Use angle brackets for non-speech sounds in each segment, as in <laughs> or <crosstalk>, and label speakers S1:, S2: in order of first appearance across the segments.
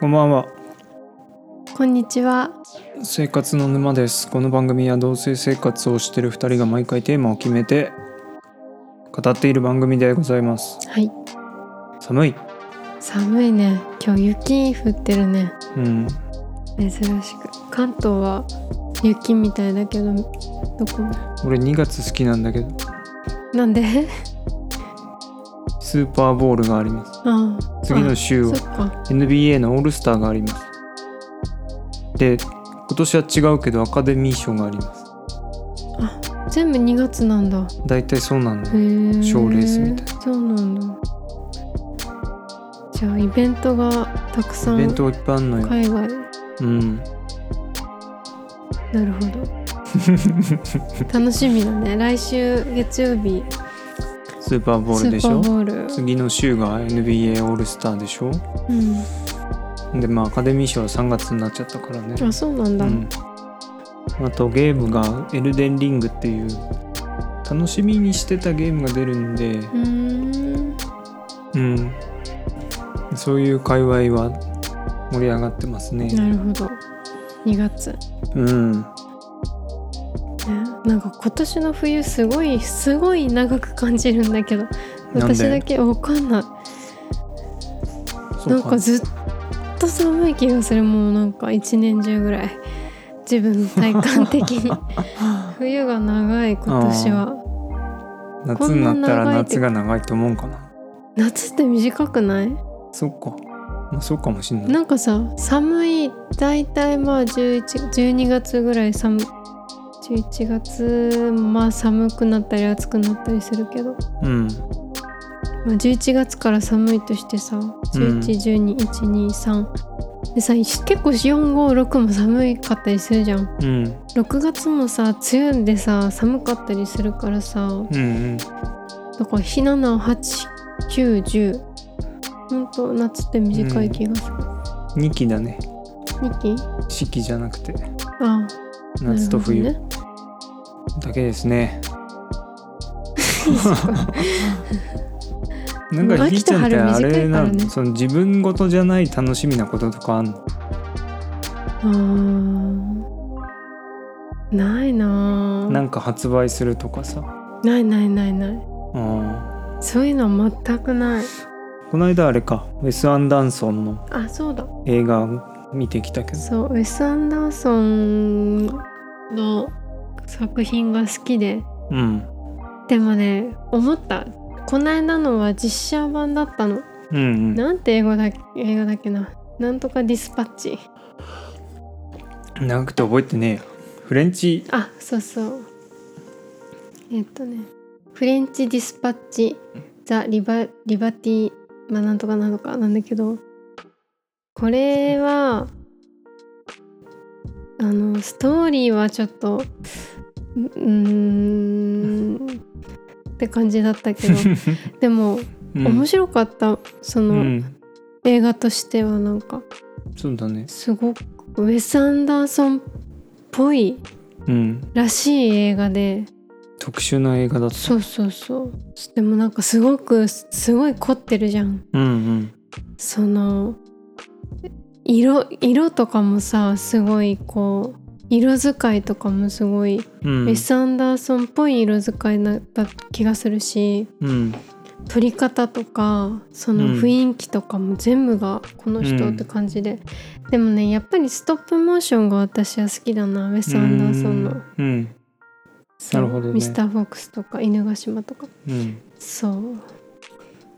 S1: こんばんは
S2: こんにちは。
S1: 生活の沼ですこの番組は同性生活をしている2人が毎回テーマを決めて語っている番組でございます
S2: はい。
S1: 寒い
S2: 寒いね。今日雪降ってるね。
S1: うん
S2: 珍しく。関東は雪みたいだけど、どこも。
S1: 俺2月好きなんだけど
S2: なんで
S1: スーパーボールがあります
S2: ああ。
S1: 次の
S2: あ
S1: 週は
S2: そっか。
S1: NBA のオールスターがありますで今年は違うけどアカデミー賞があります
S2: 全部2月なんだ。
S1: 大体そうなんだ
S2: へ
S1: よ
S2: え。
S1: 賞レースみたい
S2: な。そうなんだ。じゃあイベントがたくさ
S1: イベン
S2: ん
S1: トいっぱいあんのよ
S2: 海外。
S1: うん
S2: なるほ
S1: <laughs>
S2: ど。楽しみだね。来週月曜日
S1: スーパーボー
S2: ス
S1: ルで
S2: ー
S1: し
S2: パー
S1: ょ
S2: ボール。
S1: 次の週が NBA オールスターでしょ
S2: う
S1: でまあアカデミー賞は3月になっちゃったからね
S2: ん。あ、そうなん
S1: う
S2: だ。
S1: んあとゲームが「エルデンリング」っていう楽しみにしてたゲームが出るんで
S2: うーん
S1: うんそういう界隈は盛り上がってますね
S2: なるほど2月、ね、
S1: うん
S2: なんか今年の冬すごいすごい長く感じるんだけど
S1: なん
S2: 私だ
S1: で
S2: けわかんない
S1: そ
S2: な
S1: うん
S2: かずっと寒い気がするもうなんか一年中ぐらい自分の体感的
S1: <laughs>
S2: に冬が長い今年はこ
S1: 夏
S2: ん
S1: に
S2: な
S1: なったら
S2: 長いって
S1: 夏が長いと思うかな
S2: 夏って短くない
S1: そっかまあそうかもしんない
S2: なんかさ寒い大体まあ11 12月ぐらい寒11月まあ寒くなったり暑くなったりするけど
S1: うん
S2: まあ、11月から寒いとしてさ
S1: うん
S2: 1112123123でさ結構456も寒いかったりするじゃん
S1: うん
S2: 6月もさ梅雨でさ寒かったりするからさ
S1: うんうん
S2: だから日78910ほんと夏って短い気がする、
S1: 2期だね
S2: 二期
S1: 四季じゃなくて
S2: ああ
S1: 夏と冬
S2: なるほ
S1: だけですね。なん
S2: もう
S1: か
S2: 秋
S1: ひーちゃんってあれな
S2: と春短いから
S1: の、
S2: ね
S1: その自分事じゃない楽しみなこととかあんの
S2: どねあーないな
S1: な
S2: なん
S1: か発売するとかさ、
S2: ないないないない
S1: うん、
S2: そういうのは全くない
S1: この間あれかウェス・アンダンソンの
S2: あそうだ
S1: 映画見てきたけど
S2: そうウェス・アンダーソンの作品が好きで
S1: うん
S2: でもね思ったこないだのは実写版だったの
S1: うん
S2: なんて英語だ映画だっけななんとかディスパッチ
S1: うん長くて覚えてねえよフレンチ
S2: あそうそうえっとねフレンチ・ディスパッチ・ザ・リバリバティまあなんとかなのかなんだけどこれはあのストーリーはちょっとううーんって感じだったけどでも
S1: <laughs> うん
S2: 面白かった、そうの
S1: ん
S2: 映画としてはなんか
S1: そうだね
S2: すごくウェス・アンダーソンっぽい
S1: うん
S2: らしい映画で
S1: 特殊な映画だった
S2: そうそうそうでもなんかすごくすごい凝ってるじゃん
S1: うん
S2: その色色とかもさすごいこう色使いとかもすごい、
S1: うんう
S2: ウェ
S1: ん
S2: ス・アンダーソンっぽい色使いだった気がするし
S1: うん
S2: 撮り方とかその
S1: うん
S2: 雰囲気とかも全部がこの人って感じで、でもねやっぱりストップモーションが私は好きだなウェス・アンダーソンの、
S1: うん
S2: そう
S1: なるほどね
S2: ミスター・フォックスとか犬ヶ島とか
S1: うん
S2: そう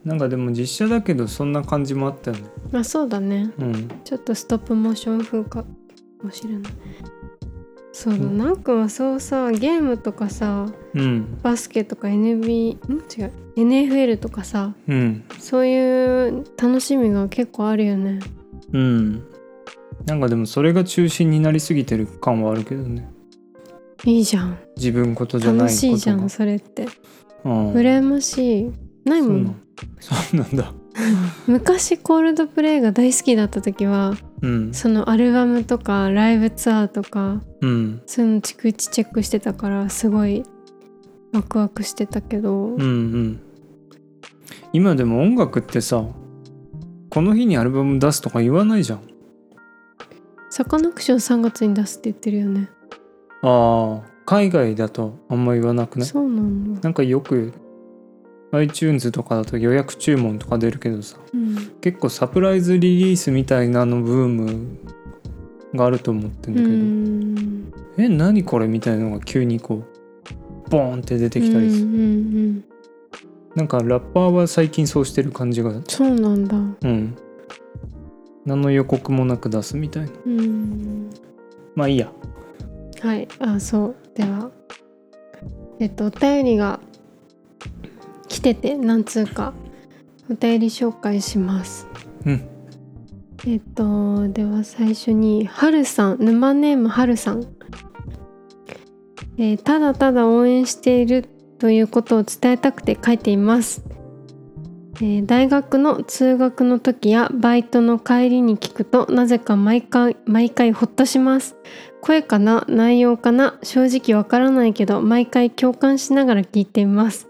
S1: なんかでも実写だけどそんな感じもあったよね。
S2: まあそうだね
S1: うん。
S2: ちょっとストップモーション風かもしれないそうだ、
S1: うん
S2: なんかはそうさゲームとかさ
S1: うん。
S2: バスケとか NB ん違う NFL とかさ
S1: うん。
S2: そういう楽しみが結構あるよね
S1: うん。なんかでもそれが中心になりすぎてる感はあるけどね。
S2: いいじゃん
S1: 自分ことじゃないこと
S2: 楽
S1: が。
S2: しいじゃんそれって
S1: うん。
S2: 羨ましいない
S1: そう
S2: も
S1: なんんそうなんだ。
S2: 昔コールドプレイが大好きだった時は
S1: うん。
S2: そのアルバムとかライブツアーとか
S1: うん。
S2: そういうの逐一チェックしてたからすごいワクワクしてたけど、
S1: うんうん。今でも音楽ってさ、この日にアルバム出すとか言わないじゃん
S2: サカナクション3月に出すって言ってるよね
S1: ああ海外だとあんま言わなくない
S2: そうなんだ
S1: なんかよく iTunes とかだと予約注文とか出るけどさ
S2: うん
S1: 結構サプライズリリースみたいなのブームがあると思ってんだ
S2: う
S1: けど、
S2: ん
S1: え何これみたいなのが急にこうボーンって出てきたりする、
S2: うんうんうん
S1: なんかラッパーは最近そうしてる感じが
S2: そうなんだ
S1: うん何の予告もなく出すみたいな
S2: うん
S1: まあいいや
S2: はい、あ、そう、では。えっと、お便りが。来てて、何通か。お便り紹介します。
S1: うん
S2: えっと、では最初に、はるさん、沼ネームはるさん。えーただただ応援しているということを伝えたくて書いています。えー大学の通学の時やバイトの帰りに聞くとなぜか毎回毎回ほっとします声かな内容かな正直わからないけど毎回共感しながら聞いています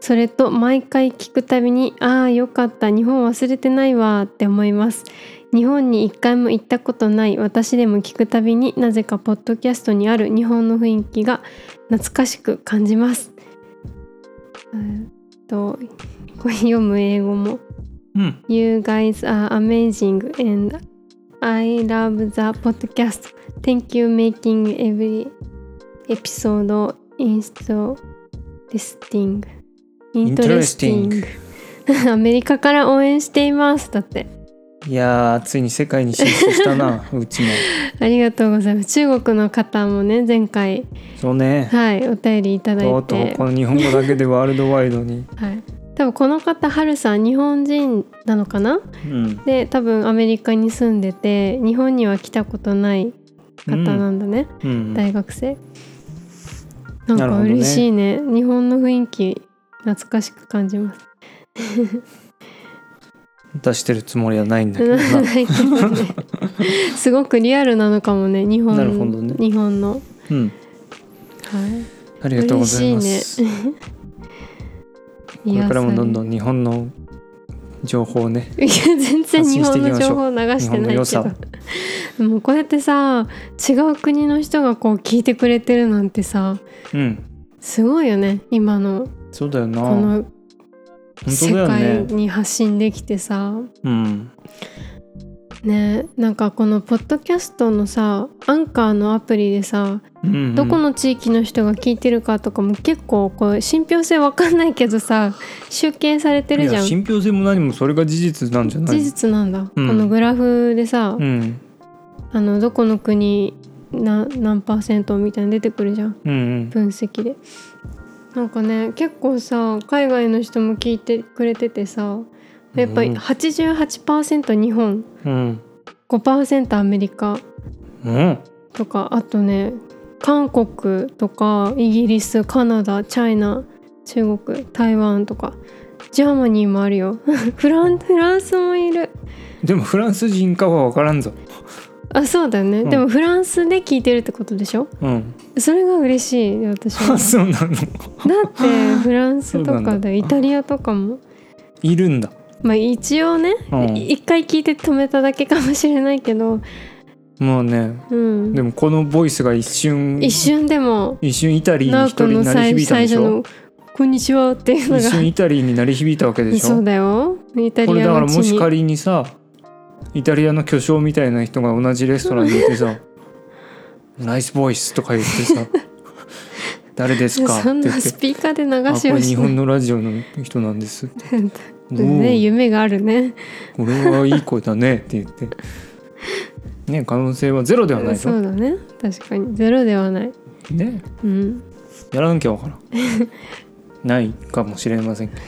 S2: それと毎回聞くたびにああよかった日本忘れてないわーって思います日本に一回も行ったことない私でも聞くたびになぜかポッドキャストにある日本の雰囲気が懐かしく感じますえーっとこれ読む英語も
S1: うん、
S2: You guys are amazing and I love the podcast. Thank you making every episode interesting.
S1: Interesting
S2: <laughs> アメリカから応援しています。だって。
S1: いやーついに世界に進出した
S2: <laughs>
S1: なうちも
S2: ありがとうございます。中国の方もね、前回、
S1: そうね
S2: はい、お便りいただ
S1: と
S2: いう
S1: とう
S2: て
S1: こ。の日本語だけでワールドワイドに
S2: はい。多分この方、はるさん、日本人なのかな
S1: うん、
S2: で、多分アメリカに住んでて、日本には来たことない方なんだね。
S1: うん、
S2: 大学生、
S1: な
S2: な
S1: んるほ
S2: か
S1: どね
S2: 嬉しいね日本の雰囲気懐かしく感じます
S1: 出してるつもりはないんだけどな
S2: <laughs> ないけど
S1: <laughs>
S2: ねすごくリアルなのかもね日本
S1: なるほどね
S2: 日本の、はい、
S1: うんありがとうございます、
S2: い
S1: これからもどんど
S2: ん
S1: ん日本の情報をね
S2: いや全然日本
S1: 発信していきま
S2: の
S1: しょう
S2: 情報流
S1: 日
S2: して
S1: 本の
S2: ない
S1: 良
S2: け
S1: さ
S2: どでもこうやってさ違う国の人がこう聞いてくれてるなんてさ
S1: うん
S2: すごいよね今の
S1: そうだよな
S2: この
S1: 本当
S2: 世
S1: だよ
S2: 界
S1: ね
S2: に発信できてさ、
S1: うん
S2: ねなんかこのポッドキャストのさアンカーのアプリでさ、
S1: うんうん
S2: どこの地域の人が聞いてるかとかも結構こう信憑性わかんないけ
S1: <laughs>
S2: どさ集計されてるじゃ
S1: いや
S2: ん事
S1: 信憑性も何もそれが事実なんじゃない
S2: 実なんだ、
S1: うん
S2: このグラフでさ、
S1: うん
S2: あのどこの国な何パーセントみたいに出てくるじゃん
S1: うんうん
S2: 分析でなんかね結構さ海外の人も聞いてくれててさやっぱり
S1: うん
S2: 88%日本
S1: うん
S2: 5%アメリカ
S1: うん
S2: とかあとね韓国とかイギリスカナダチャイナ中国台湾とかジャーマニーもあるよ <laughs> フランフランスもいる
S1: でもフランス人かは分からんぞ
S2: あそうだよね、
S1: うん
S2: でもフランスで聞いてるってことでしょ
S1: うん
S2: それが嬉しい私はだ
S1: そうなの
S2: ってフランス
S1: そうな
S2: と
S1: んだ
S2: かでイタリアとかも
S1: いるんだ
S2: まあ一応ね
S1: うん
S2: い一、回聞いて止めただけかもしれないけど
S1: もうね
S2: うん
S1: でもこのボイスが一瞬
S2: 一瞬でも
S1: 一瞬イタリーに
S2: ナ
S1: 一人
S2: オ君の
S1: に鳴り響
S2: 最
S1: いたん
S2: 最
S1: でし
S2: 初
S1: ょ
S2: の「こんにちは」っていうの
S1: 一
S2: が
S1: 瞬イタリーに鳴り響いたわけでしょ
S2: そうだよイタリ
S1: これだ
S2: ア
S1: か
S2: の
S1: ら
S2: 地
S1: もし
S2: に
S1: 仮にさイタリアの巨匠みたいな人が同じレストランにいて
S2: <laughs>
S1: さ「ナイスボイス」とか言ってさ「誰ですか?」って
S2: そん
S1: 言
S2: な
S1: って
S2: ス。ピーカーで
S1: あ
S2: 流
S1: こ
S2: しを
S1: れ
S2: し
S1: 日
S2: て
S1: 本のラジオの人なんですって。
S2: <laughs>
S1: お
S2: ね
S1: ー
S2: 夢があるね
S1: これはいい声だねって言
S2: <laughs>
S1: って。ね可能性はゼロではない
S2: そ
S1: ぞ
S2: う。だね確かにゼロではない
S1: ね
S2: うん
S1: やらなきゃわ
S2: <laughs>
S1: からん。ないかもしれませんけど。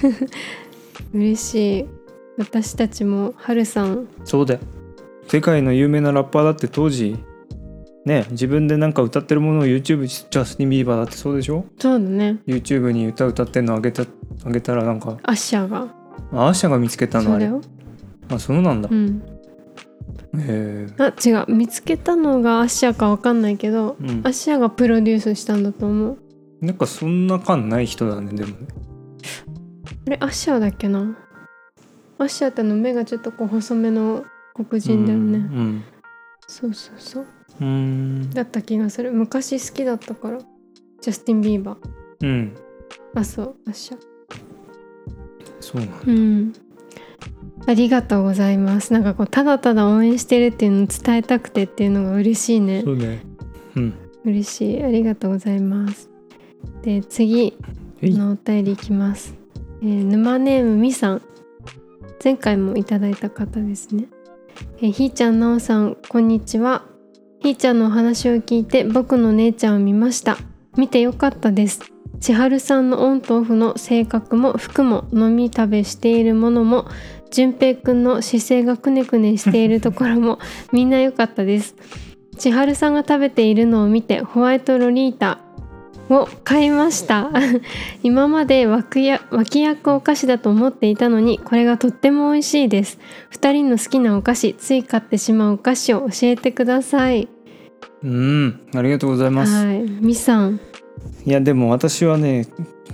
S2: 嬉しい私たちもはるさん
S1: そうだよ。世界の有名なラッパーだって当時ね自分でなんか歌ってるものを YouTube ジャスティン・ビーバーだってそうでしょ
S2: そうだね
S1: YouTube に歌歌ってんのあげたあげたらなんか
S2: アッシャーが
S1: あアーシャが見つけたの
S2: そ
S1: あ
S2: うだ
S1: れ
S2: よ、
S1: あそうなんだ、
S2: う
S1: へ
S2: ん、
S1: え
S2: あ違う見つけたのがアッシャーかわかんないけど、
S1: うん
S2: アッシャーがプロデュースしたんだと思う
S1: なんかそんな感ない人だねでもね
S2: あれアッシャーだっけなアッシャーってあの目がちょっとこう細めの黒人だよね、
S1: うん
S2: そうそうそう
S1: うん
S2: だった気がする昔好きだったからジャスティン・ビーバー
S1: うん
S2: あそうアッシャー
S1: そうなんだ
S2: うんありがとうございますなんかこうただただ応援してるっていうのを伝えたくてっていうのが嬉しいね
S1: そうねうん
S2: 嬉しいありがとうございますで次
S1: えい
S2: のお便りいきます、えー沼ネームみさん前回もいただいた方ですね、えーひーちゃんなおさんこんにちはひーちゃんのお話を聞いて僕の姉ちゃんを見ました見てよかったです千春さんのオンとオフの性格も服も飲み食べしているものも純平くんの姿勢がくねくねしているところも <laughs> みんな良かったです千春さんが食べているのを見てホワイトロリータを買いました今まで脇や脇役お菓子だと思っていたのにこれがとっても美味しいです2人の好きなお菓子つい買ってしまうお菓子を教えてください
S1: うんありがとうございます
S2: はいみさん
S1: いやでも私はね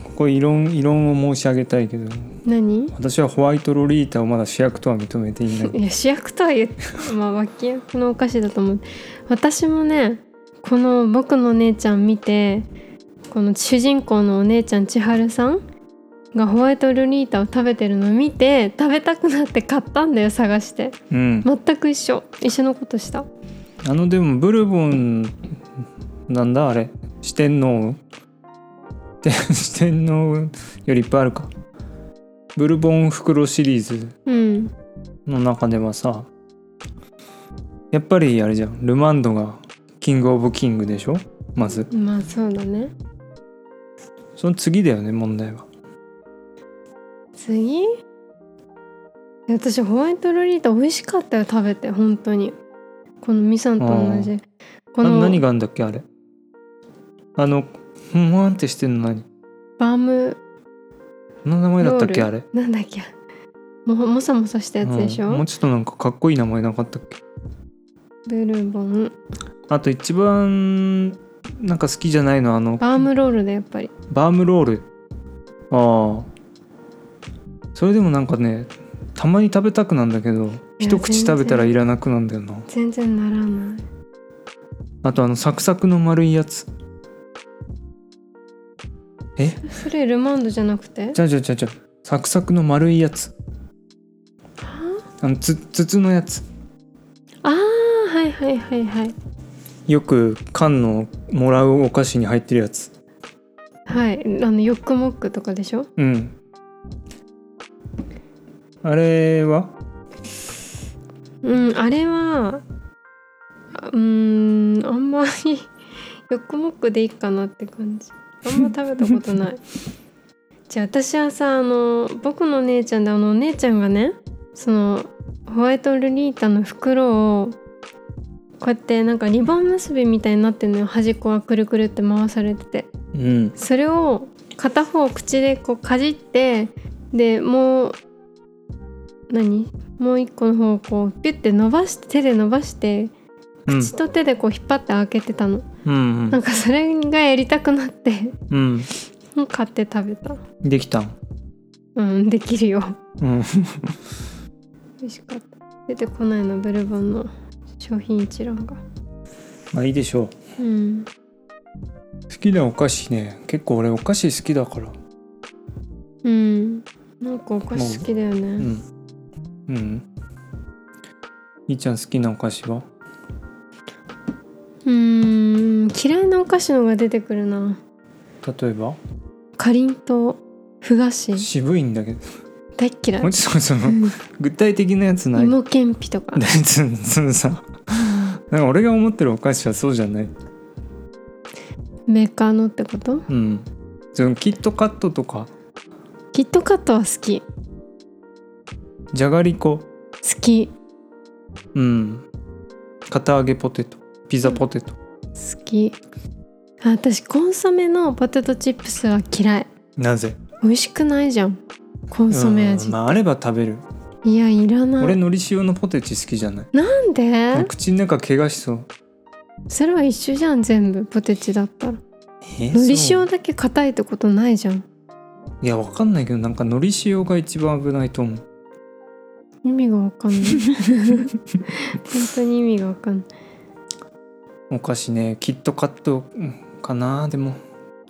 S1: ここ異論異論を申し上げたいけど
S2: 何
S1: 私はホワイトロリータをまだ主役とは認めていない
S2: いや主役とは言ってまあ脇役のお菓子だと思う私もねこの「僕のお姉ちゃん」見てこの主人公のお姉ちゃん千春さんがホワイトロリータを食べてるのを見て食べたくなって買ったんだよ探して
S1: うん
S2: 全く一緒一緒のことした
S1: あのでもブルボンなんだあれ四天王 <laughs> て四天王よりいっぱいあるかブルボン袋シリーズ
S2: うん
S1: の中ではさやっぱりあれじゃんルマンドがキングオブキングでしょまず
S2: まあそうだね
S1: その次だよね問題は
S2: 次私ホワイトロリータ美味しかったよ食べて本当にこのミさんと同じこ
S1: な
S2: の
S1: 何があんだっけあれあのふんわんってしてんの何
S2: バーム
S1: 何の名前だったっけ
S2: ロ
S1: あれ
S2: なんだっけももさもさしたやつでしょ、
S1: うんもうちょっとなんかかっこいい名前なかったっけ
S2: ブルボン
S1: あと一番なんか好きじゃないのはあの
S2: バームロールだやっぱり
S1: バームロールああそれでもなんかねたまに食べたくなんだけど一口
S2: 全
S1: 食
S2: 然
S1: べたらいらなくなんだよな
S2: 全然ならない
S1: あとあのサクサクの丸いやつ
S2: それルマンドじゃなくて
S1: じゃあじゃあじゃあじゃあサクサクの丸いやつあのつ筒のやつ
S2: ああはいはいはいはい
S1: よく缶のもらうお菓子に入ってるやつ
S2: はいあのヨックモックとかでしょ
S1: うんあれは
S2: うんあれはあうーんあんまりヨックモックでいいかなって感じあんま食べたことないじゃあ私はさあの僕の姉ちゃんであのお姉ちゃんがねそのホワイトルリータの袋をこうやってなんかリボン結びみたいになってるのよ端っこがくるくるって回されてて
S1: うん
S2: それを片方口でこうかじってでもう何もう一個の方をこうピュッて伸ばして手で伸ばして
S1: うん
S2: 口と手でこう引っ張って開けてたの、
S1: うん
S2: なんかそれがやりたくなって
S1: うん
S2: 買って食べた
S1: うんできたん
S2: うんできるよ
S1: うん <laughs>
S2: 美味しかった出てこないのブルボンの商品一覧が
S1: まあいいでしょう
S2: うん
S1: 好きなお菓子ね結構俺お菓子好きだから
S2: うんなんかお菓子好きだよ
S1: う
S2: ね、
S1: んうんいーちゃん好きなお菓子は
S2: うーん嫌いなお菓子のが出てくるな
S1: 例えば
S2: かりんとうふ菓子
S1: 渋いんだけど
S2: 大っ嫌い
S1: もうちょっとそ
S2: <laughs>
S1: の具体的なやつない
S2: 芋けんぴと
S1: <laughs>
S2: か
S1: でそのその
S2: <laughs>
S1: さなんか俺が思ってるお菓子はそうじゃない
S2: メーカーのってこと
S1: うんそのキットカットとか
S2: キットカットは好き好
S1: じゃがりこ
S2: き
S1: うん堅揚げポテトピザポテト、
S2: 好きあ私コンソメのポテトチップスは嫌い
S1: なぜ
S2: 美味しくないじゃんコンソメ味、
S1: うんまあ、あれば食べる
S2: いやいらない
S1: 俺のり塩のポテチ好きじゃない
S2: なんで
S1: 口の中怪我しそう
S2: それは一緒じゃん全部ポテチだったら
S1: え
S2: のり
S1: そう
S2: 塩だけ硬いってことないじゃん
S1: いやわかんないけどなんかのり塩が一番危ないと思う
S2: 意味がわか
S1: <laughs>
S2: んない本当に意味がわかんない
S1: お菓子ねキットカットうんかなでも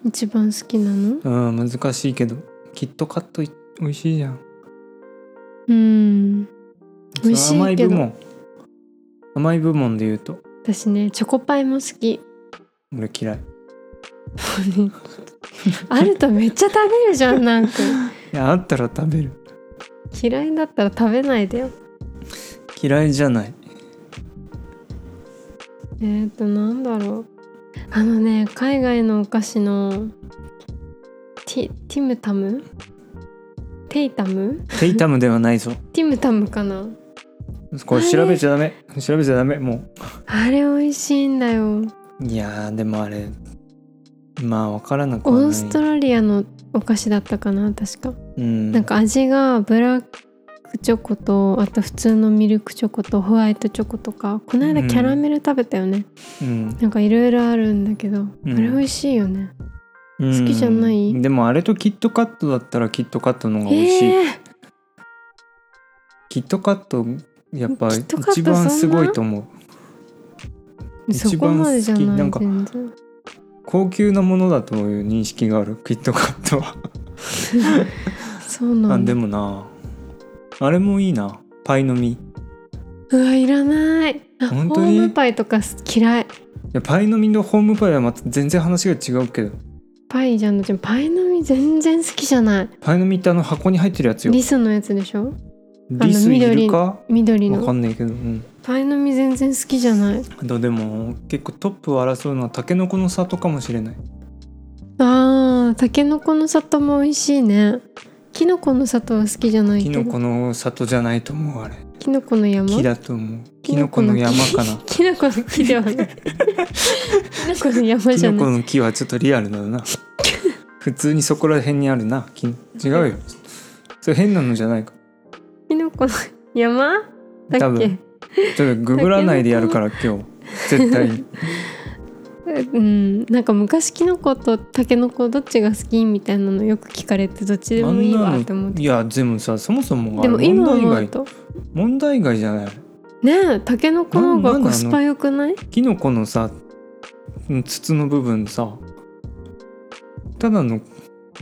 S2: 一番好きなの
S1: うん難しいけどキットカットい美味しいじゃん
S2: うん美味しい
S1: そ
S2: けど
S1: の甘い部門甘い部門で言うと
S2: 私ねチョコパイも好き
S1: 俺嫌い
S2: もうねあるとめっちゃ食べるじゃんなんか
S1: いやあったら食べる
S2: 嫌いだったら食べないでよ
S1: 嫌いじゃない
S2: えー、となんだろうあのね海外のお菓子のティティムタムテイタム
S1: テイタムではないぞ
S2: ティムタムかな
S1: これ調べちゃダメ調べちゃダメも
S2: あれ美味しいんだよ
S1: ういやーでもあれまあ分からなく
S2: オ
S1: はない
S2: ーストラリアのお菓子だったかな確か、
S1: うん
S2: なんか味がブラックチョコとあと普通のミルクチョコとホワイトチョコとかこの間
S1: うん
S2: キャラメル食べたよね、
S1: うん
S2: なんかいろいろあるんだけど、
S1: うん
S2: あれ美味しいよね
S1: うん
S2: 好きじゃない
S1: でもあれとキットカットだったらキットカットの方が美味しい、
S2: えー、
S1: キットカットやっぱ
S2: キットカット
S1: 一番すごいと思う
S2: そこまでじゃない
S1: 一番好きなんか
S2: 全然
S1: 高級なものだという認識があるキットカットは、
S2: そうな
S1: あ
S2: んだ
S1: でもなあれもいいなパイの実いう
S2: わいらないあ
S1: 本当に
S2: ホームパイとか嫌い
S1: やパイの実のホームパイはまた全然話が違うけど
S2: パイじゃんのちゃんパイの実全然好きじゃない
S1: パイの実ってあの箱に入ってるやつよ
S2: リスのやつでしょ
S1: リスいるか
S2: 緑
S1: わか
S2: の
S1: んないけどうん
S2: パイの実全然好きじゃない
S1: あとでも結構トップを争うのはタケノコの里かもしれない
S2: あーたけのこの里も美味しいねきのこの里は好きじゃない
S1: キ
S2: けど
S1: ノコの里じゃないと思うあれ
S2: きのこの山
S1: 木だと思うキノコの山かな
S2: きのこの木で
S1: <laughs>
S2: はないきのこの山
S1: キ
S2: じゃ
S1: ノ
S2: ない
S1: コの木はちょっとリアルだ <laughs> な普通にそこら辺にあるな木違うよそれ変なのじゃないか
S2: きのこの山だ
S1: 多
S2: っけ
S1: 分ちょっとググらないでや <laughs> るから今日絶対に
S2: うん、なんか昔キノコとタケノコどっちが好きみたいなのよく聞かれてどっちでもいいわって思って
S1: いやでもさそもそもあれ
S2: でも今
S1: 問
S2: 思
S1: 題
S2: う
S1: 外
S2: と
S1: 問題外じゃない
S2: ねえタケノコ
S1: な
S2: の方
S1: ん
S2: が
S1: なんなの
S2: コスパ良くない
S1: キノコのさうん筒の部分さただの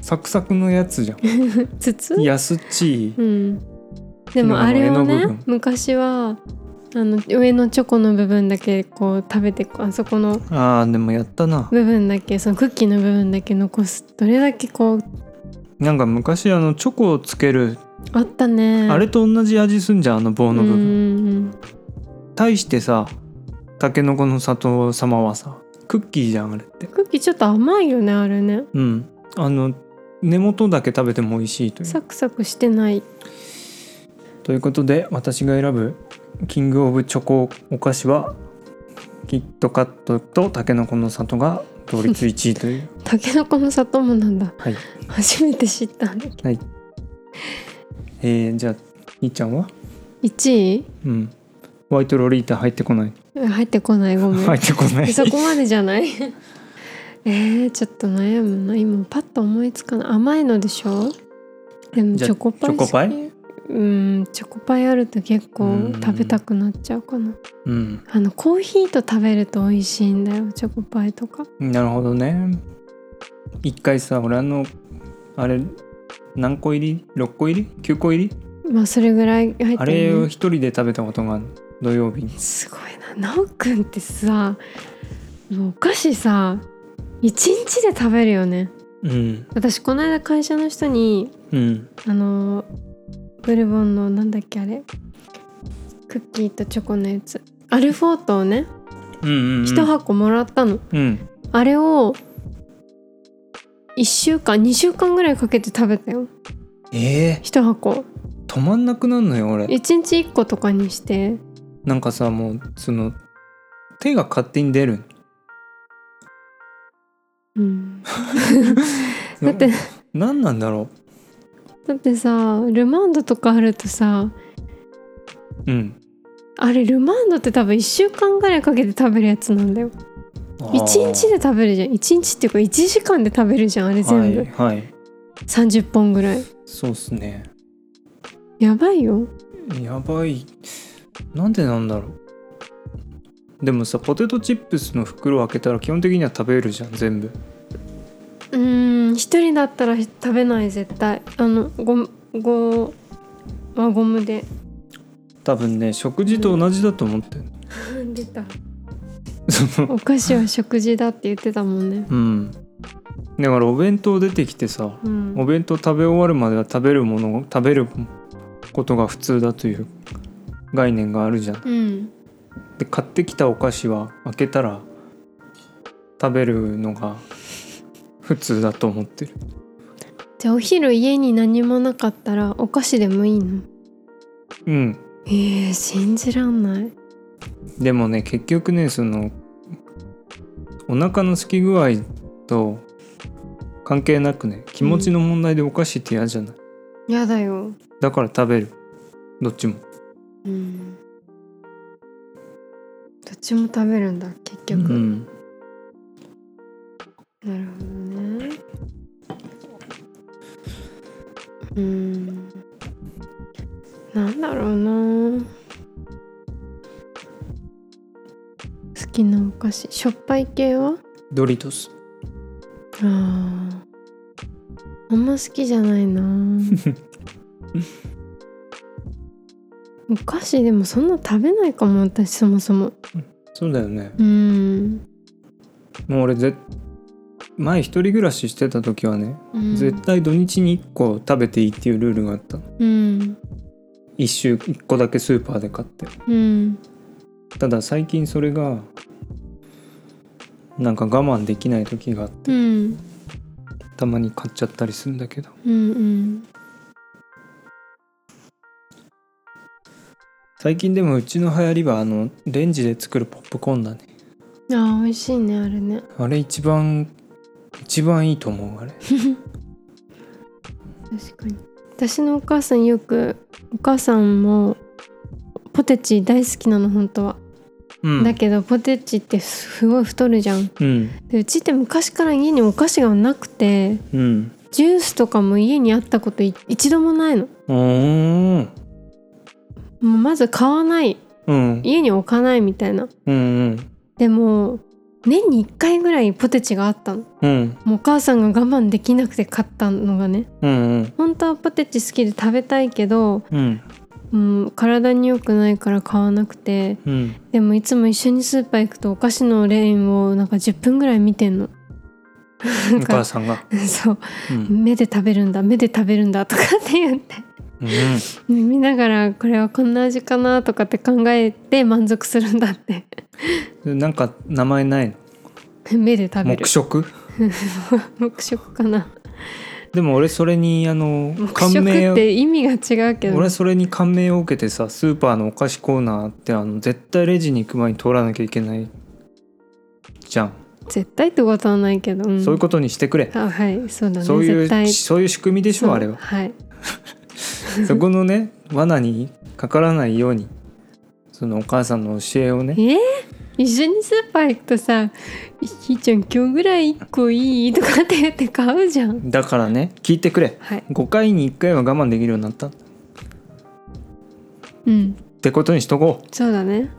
S1: サクサクのやつじゃん
S2: 筒
S1: 安っちい
S2: うんでもあれを
S1: キノコの絵の部
S2: ね
S1: 分
S2: 昔はあの上のチョコの部分だけこう食べてあそこの
S1: あーでもやったな
S2: 部分だけそのクッキーの部分だけ残すどれだけこう
S1: なんか昔あのチョコをつける
S2: あったね
S1: あれと同じ味すんじゃんあの棒の部
S2: うん
S1: 分
S2: うん
S1: 対してさたけのこの里様はさクッキーじゃんあれって
S2: クッキーちょっと甘いよねあれね
S1: うんあの根元だけ食べても美味しいという
S2: サクサクしてない
S1: ということで私が選ぶキングオブチョコお菓子はキットカットとたけのこの里が同率1位という
S2: タケノコの里もなんだ
S1: はい、
S2: 初めて知ったんだけど
S1: えー、じゃあいーちゃんは
S2: 1位
S1: うんホワイトロリータ入ってこない
S2: うん入ってこないごめん、
S1: 入ってこない
S2: <laughs> そこまでじゃないえー、ちょっと悩むな今パッと思いつかない甘いのでしょでも
S1: じゃあ
S2: チョコパイ
S1: チョコパイ
S2: 好きうんチョコパイあると結構
S1: うん
S2: 食べたくなっちゃうかな
S1: うん
S2: あのコーヒーと食べると美味しいんだよチョコパイとか
S1: なるほどね一回さ俺あのあれ何個入り6個入り9個入り
S2: まあそれぐらい入ってる、ね、
S1: あれを一人で食べたことがある土曜日に
S2: すごいななおくんってさもうお菓子さ一日で食べるよね
S1: うん
S2: 私この間会社の人に
S1: うん
S2: あのブルボンのなんだっけあれクッキーとチョコのやつアルフォートをね
S1: うんうんうん
S2: 1箱もらったの、
S1: うん
S2: あれを1週間2週間ぐらいかけて食べたよ
S1: え
S2: 1箱
S1: ー、止まんなくなんのよ俺
S2: 1日1個とかにして
S1: なんかさもうその手が勝手に出る <laughs>
S2: うんだって
S1: 何なんだろ
S2: だってさルマンドとかあるとさ
S1: ううん
S2: あれルマンドって多分1週間ぐらいかけて食べるやつなんだよ
S1: 1
S2: 1日で食べるじゃん1日っていうか1時間で食べるじゃんあれ全部、
S1: はい、はい、
S2: 30本ぐらい
S1: そうっすね
S2: やばいよ
S1: やばいなんでなんだろうでもさポテトチップスの袋を開けたら基本的には食べるじゃん全部
S2: うーん一人だったら食べない絶対あのゴゴ輪ゴムで <laughs>
S1: 多分ね食事と同じだと思ってる
S2: 出た
S1: その <laughs>
S2: お菓子は食事だって言ってたもんね
S1: うんだからお弁当出てきてさ
S2: うん
S1: お弁当食べ終わるまでは食べるものを食べることが普通だという概念があるじゃん
S2: うん
S1: で買ってきたお菓子は開けたら食べるのが普通だと思ってる
S2: じゃあお昼家に何もなかったらお菓子でもいいの
S1: うん
S2: えー、信じらんない
S1: でもね結局ねそのお腹の空き具合と関係なくね気持ちの問題でお菓子って嫌じゃない、
S2: やだよ
S1: だから食べるどっちも
S2: うんどっちも食べるんだ結
S1: う
S2: 局、
S1: ん
S2: なるほどねうんなんだろうな好きなお菓子しょっぱい系は
S1: ドリトス
S2: あーあんま好きじゃないなお菓子でもそんな食べないかも私そもそも
S1: そうだよね
S2: うん、
S1: もう俺ぜ前一人暮らししてた時はね、
S2: うん、
S1: 絶対土日に1個食べていいっていうルールがあったの
S2: うん
S1: 1週1個だけスーパーで買って
S2: うん
S1: ただ最近それがなんか我慢できない時が
S2: うん
S1: たまに買っちゃったりするんだけど
S2: うんうん
S1: 最近でもうちの流行りはあのレンジで作るポップコーンだね
S2: あー美味しいねあれね
S1: あれ一番一番いいと思うあれ
S2: 確かに私のお母さんよくお母さんもポテチ大好きなの本当は、
S1: うん
S2: だけどポテチってすごい太るじゃん
S1: うん
S2: でうちって昔から家にお菓子がなくて
S1: うん
S2: ジュースとかも家にあったことい一度もないの
S1: うーん
S2: もうまず買わない
S1: うん
S2: 家に置かないみたいな
S1: うんうん
S2: でも年に1回ぐらいポテチがあったの
S1: うん
S2: もうお母さんが我慢できなくて買ったのがね
S1: うんうん
S2: 本当はポテチ好きで食べたいけど、
S1: うん
S2: うん、体に良くないから買わなくて
S1: うん
S2: でもいつも一緒にスーパー行くとお菓子のレーンをなんか10分ぐらい見てんの <laughs>
S1: お母さんが
S2: そう
S1: うん
S2: 目で食べるんだ目で食べるんだとかって言って <laughs>
S1: うん
S2: 見ながらこれはこんな味かなとかって考えて満足するんだって <laughs>
S1: でなんか名前ないの
S2: 目で食べる
S1: 黙食
S2: 黙食かな
S1: でも俺それにあの
S2: 黙食って意味が違うけど
S1: 俺それに感銘を受けてさスーパーのお菓子コーナーってあの絶対レジに行く前に通らなきゃいけないじゃん、
S2: 絶対ってことはないけど、ん
S1: そういうことにしてくれ、
S2: あはいそうだね
S1: そうい
S2: 絶対
S1: うそういう仕組みでし
S2: そう
S1: ょあれは
S2: はい
S1: そこの
S2: <laughs>
S1: ね罠にかからないようにそのお母さんの教えをね
S2: えー一緒にスーパー行くとさ「ひーちゃん今日ぐらい1個いい?」とかって言って買うじゃん
S1: だからね聞いてくれ
S2: はい
S1: 5回に1回は我慢できるようになったっ
S2: うん
S1: てことにしとこ
S2: そうだね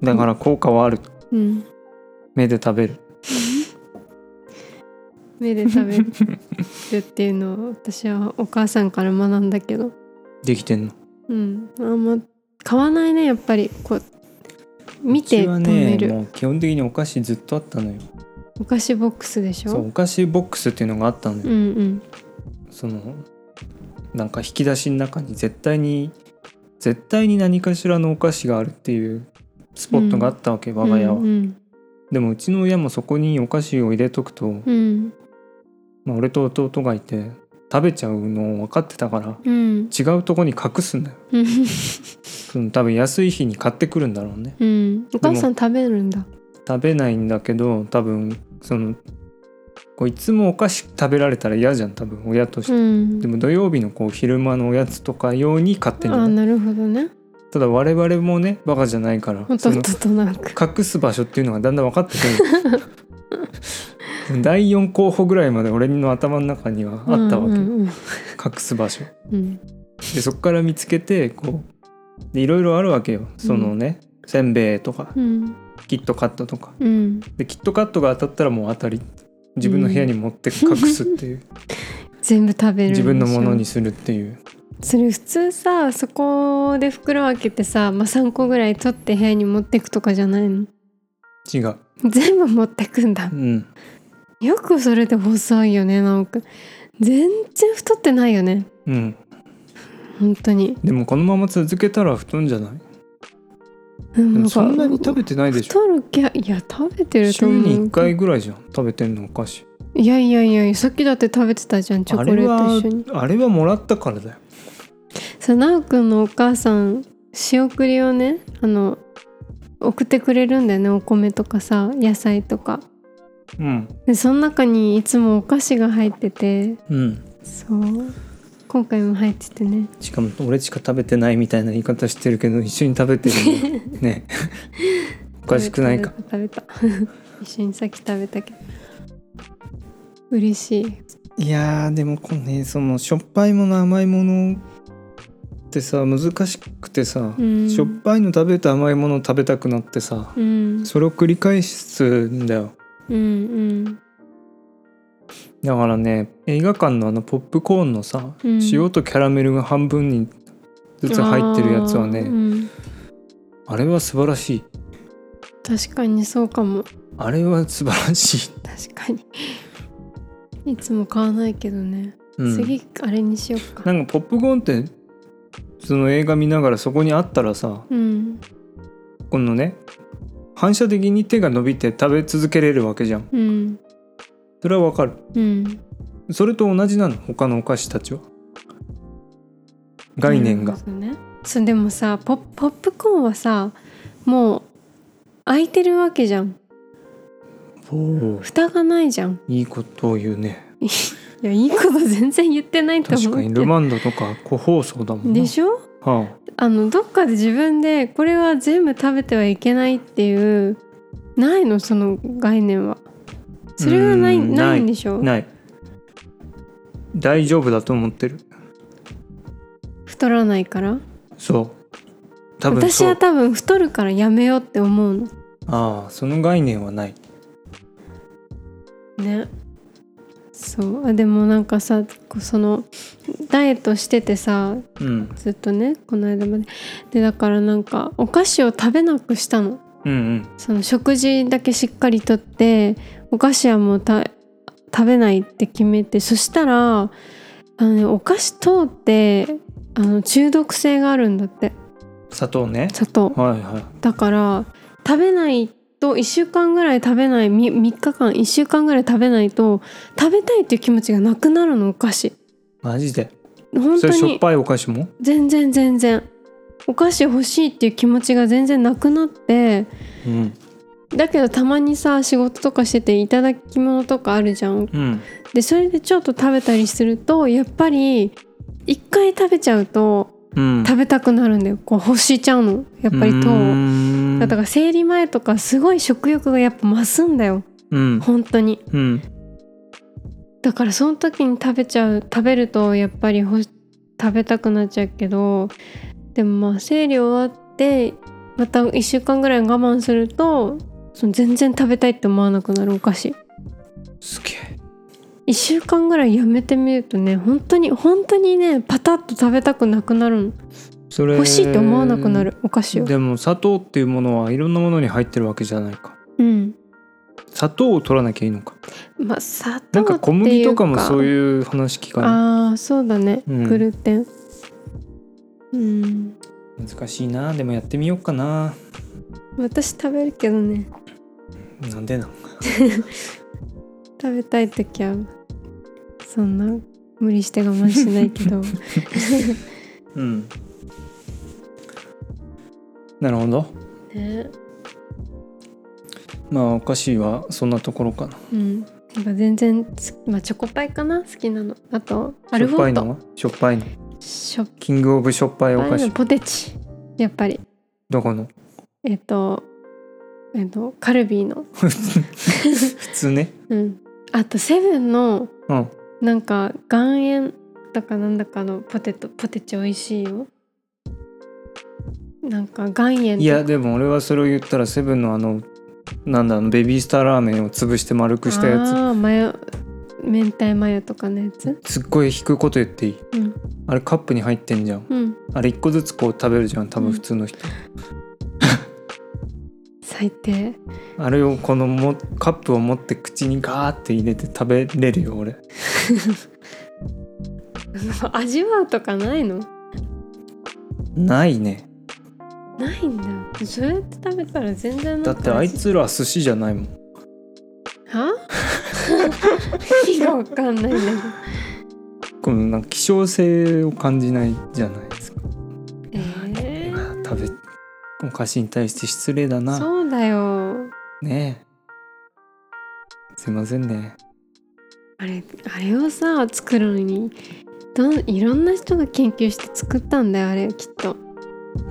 S1: うだから効果はある
S2: うん
S1: 目で食べる
S2: 目で食べるっていうのを私はお母さんから学んだけど
S1: できてんの
S2: うんあんま買わないねやっぱりこう見
S1: う
S2: て
S1: ちは
S2: 食
S1: ね
S2: べる、
S1: もう基本的にお菓子ずっとあったのよ
S2: お菓子ボックスでしょ
S1: そうお菓子ボックスっていうのがあったのよ
S2: うんうん
S1: そのなんか引き出しの中に絶対に絶対に何かしらのお菓子があるっていうスポットがあったわけ、我が家は、
S2: うん
S1: でもうちの親もそこにお菓子を入れとくと、
S2: うん
S1: まあ、俺と弟がいて食べちゃうのを分かってたから
S2: うんうん
S1: 違うとこに隠すんだよ
S2: うん
S1: その多分安い日に買ってくるんだろうね
S2: うんお母さん食べるんだ
S1: 食べないんだけど多分そのこういつもお菓子食べられたら嫌じゃん多分親として、
S2: うん
S1: でも土曜日のこう昼間のおやつとか用に勝手にね
S2: あなるほどね
S1: ただ我々もねバカじゃないからその
S2: 弟となく
S1: 隠す場所っていうのがだんだん分かってく
S2: <laughs>
S1: る第4候補ぐらいまで俺の頭の中にはあったわけ、
S2: うんうん
S1: 隠す場所
S2: うん
S1: でそこから見つけてこうでいろいろあるわけよそのね、せんべいとか
S2: うん
S1: キットカットとか
S2: うん
S1: でキットカットが当たったらもう当たり自分の部屋に持って隠すっていう、
S2: 全部食べるんでし
S1: 自
S2: ょ
S1: 分のものにするっていう
S2: それ普通さそこで袋開けてさ、まあ、3個ぐらい取って部屋に持ってくとかじゃないの
S1: 違う、
S2: 全部持ってくんだ
S1: うん、
S2: よくそれで細いよねなおくん全然太ってないよね
S1: うん、
S2: 本当に
S1: でもこのまま続けたら太んじゃない
S2: うん
S1: でも
S2: か
S1: そんなに食べてないでしょ
S2: 太るきゃいや食べてると
S1: 週
S2: 思う
S1: に1回ぐらいじゃん食べてんのお菓子
S2: いやいやいやさっきだって食べてたじゃんチョ
S1: あ
S2: コレ
S1: れ
S2: ート
S1: は
S2: 一緒に
S1: あれはもらったからだよ
S2: さなおくんのお母さん仕送りをねあの送ってくれるんだよねお米とかさ野菜とか
S1: うん
S2: でその中にいつもお菓子が入ってて
S1: うん
S2: そう今回も入っててね
S1: しかも俺しか食べてないみたいな言い方してるけど一緒に食べてるん <laughs> だよねお
S2: お
S1: かしくないか
S2: 食べた食べた <laughs> 一緒にさっき食べたけど嬉しい
S1: いやーでもこのねそのしょっぱいもの甘いものってさ難しくてさ、
S2: うん
S1: しょっぱいの食べて甘いもの食べたくなってさ
S2: うん
S1: それを繰り返すんだよ
S2: うんうん
S1: だからね映画館のあのポップコーンのさ、
S2: うん
S1: 塩とキャラメルが半分にずつ入ってるやつはね
S2: あーうん
S1: あ,、れは素晴らしい
S2: 確かにそうかも
S1: あれは素晴らしい、
S2: 確かに <laughs> いつも買わないけどね、
S1: うん、
S2: 次あれにしようか
S1: なんかポップコーンってその映画見ながらそこにあったらさ
S2: うん
S1: このね反射的に手が伸びて食べ続けれるわけじゃん
S2: うん
S1: それはわかる
S2: うん
S1: それと同じなの他のお菓子たちは概念が
S2: なるほどね、そうでもさポポップコーンはさもう空いてるわけじゃん
S1: おー
S2: 蓋がないじゃん
S1: いいことを言うね
S2: いやいいこと全然言ってないと思
S1: 確
S2: う
S1: か
S2: け
S1: に
S2: ど
S1: ルマンドとか個包装だもんな
S2: でしょ
S1: はあ
S2: あのどっかで自分でこれは全部食べてはいけないっていうないのその概念はそれはない
S1: うん
S2: ないんでしょ
S1: ない大丈夫だと思ってる
S2: 太らないから
S1: そう多分
S2: 私
S1: そう
S2: は多分太るからやめようって思うの
S1: ああその概念はない
S2: ねそうあでもなんかさこうそのダイエットしててさ
S1: うん
S2: ずっとねこの間まででだからなんかお菓子を食べなくしたの
S1: うん
S2: その食事だけしっかりとってお菓子はもうた食べないって決めてそしたらあの、ね、お菓子糖ってあの中毒性があるんだって
S1: うん砂糖ね
S2: 砂糖
S1: はいは
S2: だから食べないと1週間ぐらい食べない 3, 日間1週間ぐらい食べないと食べたいっていう気持ちがなくなるのお菓子
S1: いマジで
S2: 本
S1: そ
S2: 当
S1: れしょっ
S2: に
S1: ぱいお菓子も
S2: 全然全然お菓子欲しいっていう気持ちが全然なくなって
S1: うん
S2: だけどたまにさ仕事とかしてていただき物とかあるじゃん
S1: うん
S2: でそれでちょっと食べたりするとやっぱり一回食べちゃうと
S1: うん
S2: 食べたくなるんだよこう欲しちゃうのやっぱり
S1: と
S2: 糖をだから生理前とかすごい食欲がやっぱ増すんだよ
S1: うん
S2: 本当に
S1: うん
S2: だからその時に食べちゃう食べるとやっぱりほ食べたくなっちゃうけどでもまあ生理終わってまた1週間ぐらい我慢するとその全然食べたいって思わなくなるお菓子
S1: すげえ
S2: 1週間ぐらいやめてみるとね本当に本当にねパタッと食べたくなくなるの
S1: それ
S2: 欲しいって思わなくなるお菓子を
S1: でも砂糖っていうものはいろんなものに入ってるわけじゃないか
S2: うん
S1: 砂糖を取らなきゃいいのか
S2: まあ砂糖って
S1: な
S2: いうんか
S1: か小麦とかもそう
S2: う
S1: いう話聞かない
S2: ああそうだね、
S1: うん
S2: グルテンうん
S1: 難しいなでもやってみようかな
S2: 私食べるけどね
S1: なんでなん
S2: 食べたい時はそんな無理して我慢しないけど
S1: うんなるほど
S2: <laughs> ね
S1: まあお菓子はそんなところかな
S2: うんやっぱ全然つまあチョコパイかな好きなのあとアル
S1: しょ
S2: フ
S1: っぱい
S2: ォー
S1: の
S2: ト
S1: はしょっぱいの
S2: しょっ
S1: キングオブしょっぱいお
S2: ぱ
S1: 菓
S2: いの
S1: 子
S2: ポテチやっぱり
S1: どこの
S2: えっとえっとカルビーの
S1: <laughs> 普通ね
S2: うんあとセブンの
S1: うん
S2: なんか岩塩だかなんだかのポテトポテチ美味しいよなんか岩塩とか
S1: いやでも俺はそれを言ったらセブンのあのなんだあのベビースターラーメンを潰して丸くしたや
S2: あーマヨ明太マヨとかのやつ
S1: つすっごい引くこと言っていい
S2: うん
S1: あれカップに入ってんじゃん
S2: うん
S1: あれ一個ずつこう食べるじゃん多分普通の人、
S2: 最低 <laughs>
S1: あれをこのもカップを持って口にガーって入れて食べれるよ俺
S2: もう味わうとかないの
S1: ないね
S2: ないんだよそうやって食べたら全然な
S1: だ
S2: ん
S1: っ
S2: か
S1: てあい
S2: 味
S1: つら寿司じゃないもん
S2: は
S1: <laughs>
S2: 意味がわかんないんだけど
S1: このなんか希少性を感じないじゃないですか
S2: えー
S1: 食べお菓子に対して失礼だな
S2: そうだよ
S1: ねえすいませんね
S2: あれあれをさ作るのにどんいろんな人が研究して作ったんだよあれきっと、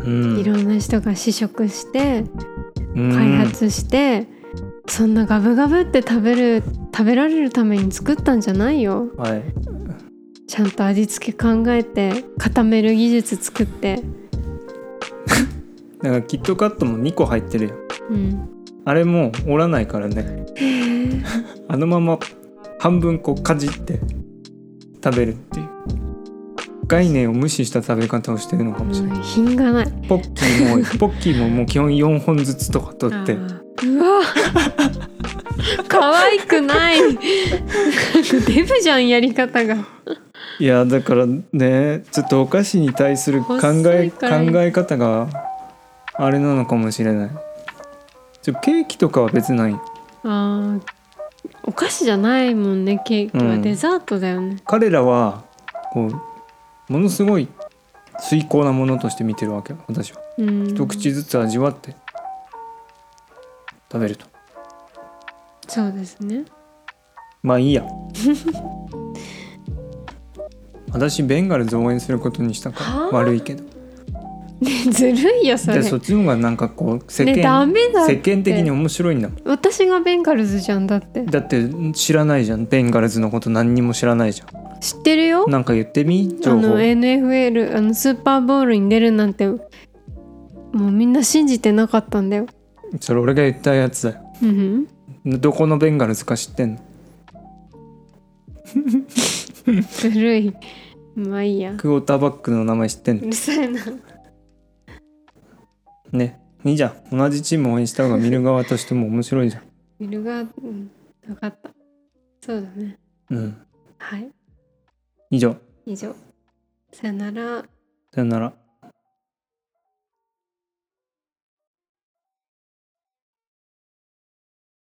S1: うん
S2: いろんな人が試食して
S1: うん
S2: 開発して、そんなガブガブって食べる食べられるために作ったんじゃないよ
S1: はい
S2: ちゃんと味付け考えて固める技術作って
S1: だからキットカットも2個入ってるよ
S2: うん
S1: あれもう折らないからね
S2: へえ
S1: あのまま半分こうかじって食べるっていう概念を無視した食べ方をしてるのかもしれない、
S2: もう品がない
S1: ポッキー
S2: <laughs>
S1: もポッキーももう基本4本ずつとか取って
S2: あーうわ <laughs> 可愛くないデブじゃんやり方が
S1: いやだからねちょっとお菓子に対する考
S2: 細
S1: え
S2: い
S1: 考
S2: からいい
S1: え方があれなのかもしれないちょケーキとかは別ない
S2: あーお菓子じゃないもんねケーキは、
S1: うん
S2: デザートだよね
S1: 彼らはこうものすごい崇高なものとして見てるわけ私は
S2: うん
S1: 一口ずつ味わって食べると
S2: そうですね <laughs>
S1: まあいいや私ベンガルズ応援することにしたから
S2: はあ
S1: 悪いけど
S2: ねずるいよそれ
S1: でそっちの方がなんかこう世
S2: ねダ
S1: 間、
S2: メだって
S1: 世間的に面白いんだもん
S2: 私がベンガルズじゃんだって
S1: だって知らないじゃんベンガルズのこと何にも知らないじゃん
S2: 知ってるよ
S1: なんか言ってみ
S2: あ
S1: 情報
S2: の NFL あのスーパーボールに出るなんてもうみんな信じてなかったんだよ、
S1: それ俺が言ったやつだよ
S2: うんうん、
S1: どこのベンガルズか知ってんの
S2: ずるいまあいいや
S1: クォーターバックの名前知ってん
S2: う
S1: の
S2: るさいな
S1: ねいいじゃん同じチーム応援した方が見る側としても面白いじゃん
S2: 見るが、うん、分かったそうだね
S1: うん
S2: はい
S1: 以上
S2: 以上さよなら
S1: さよなら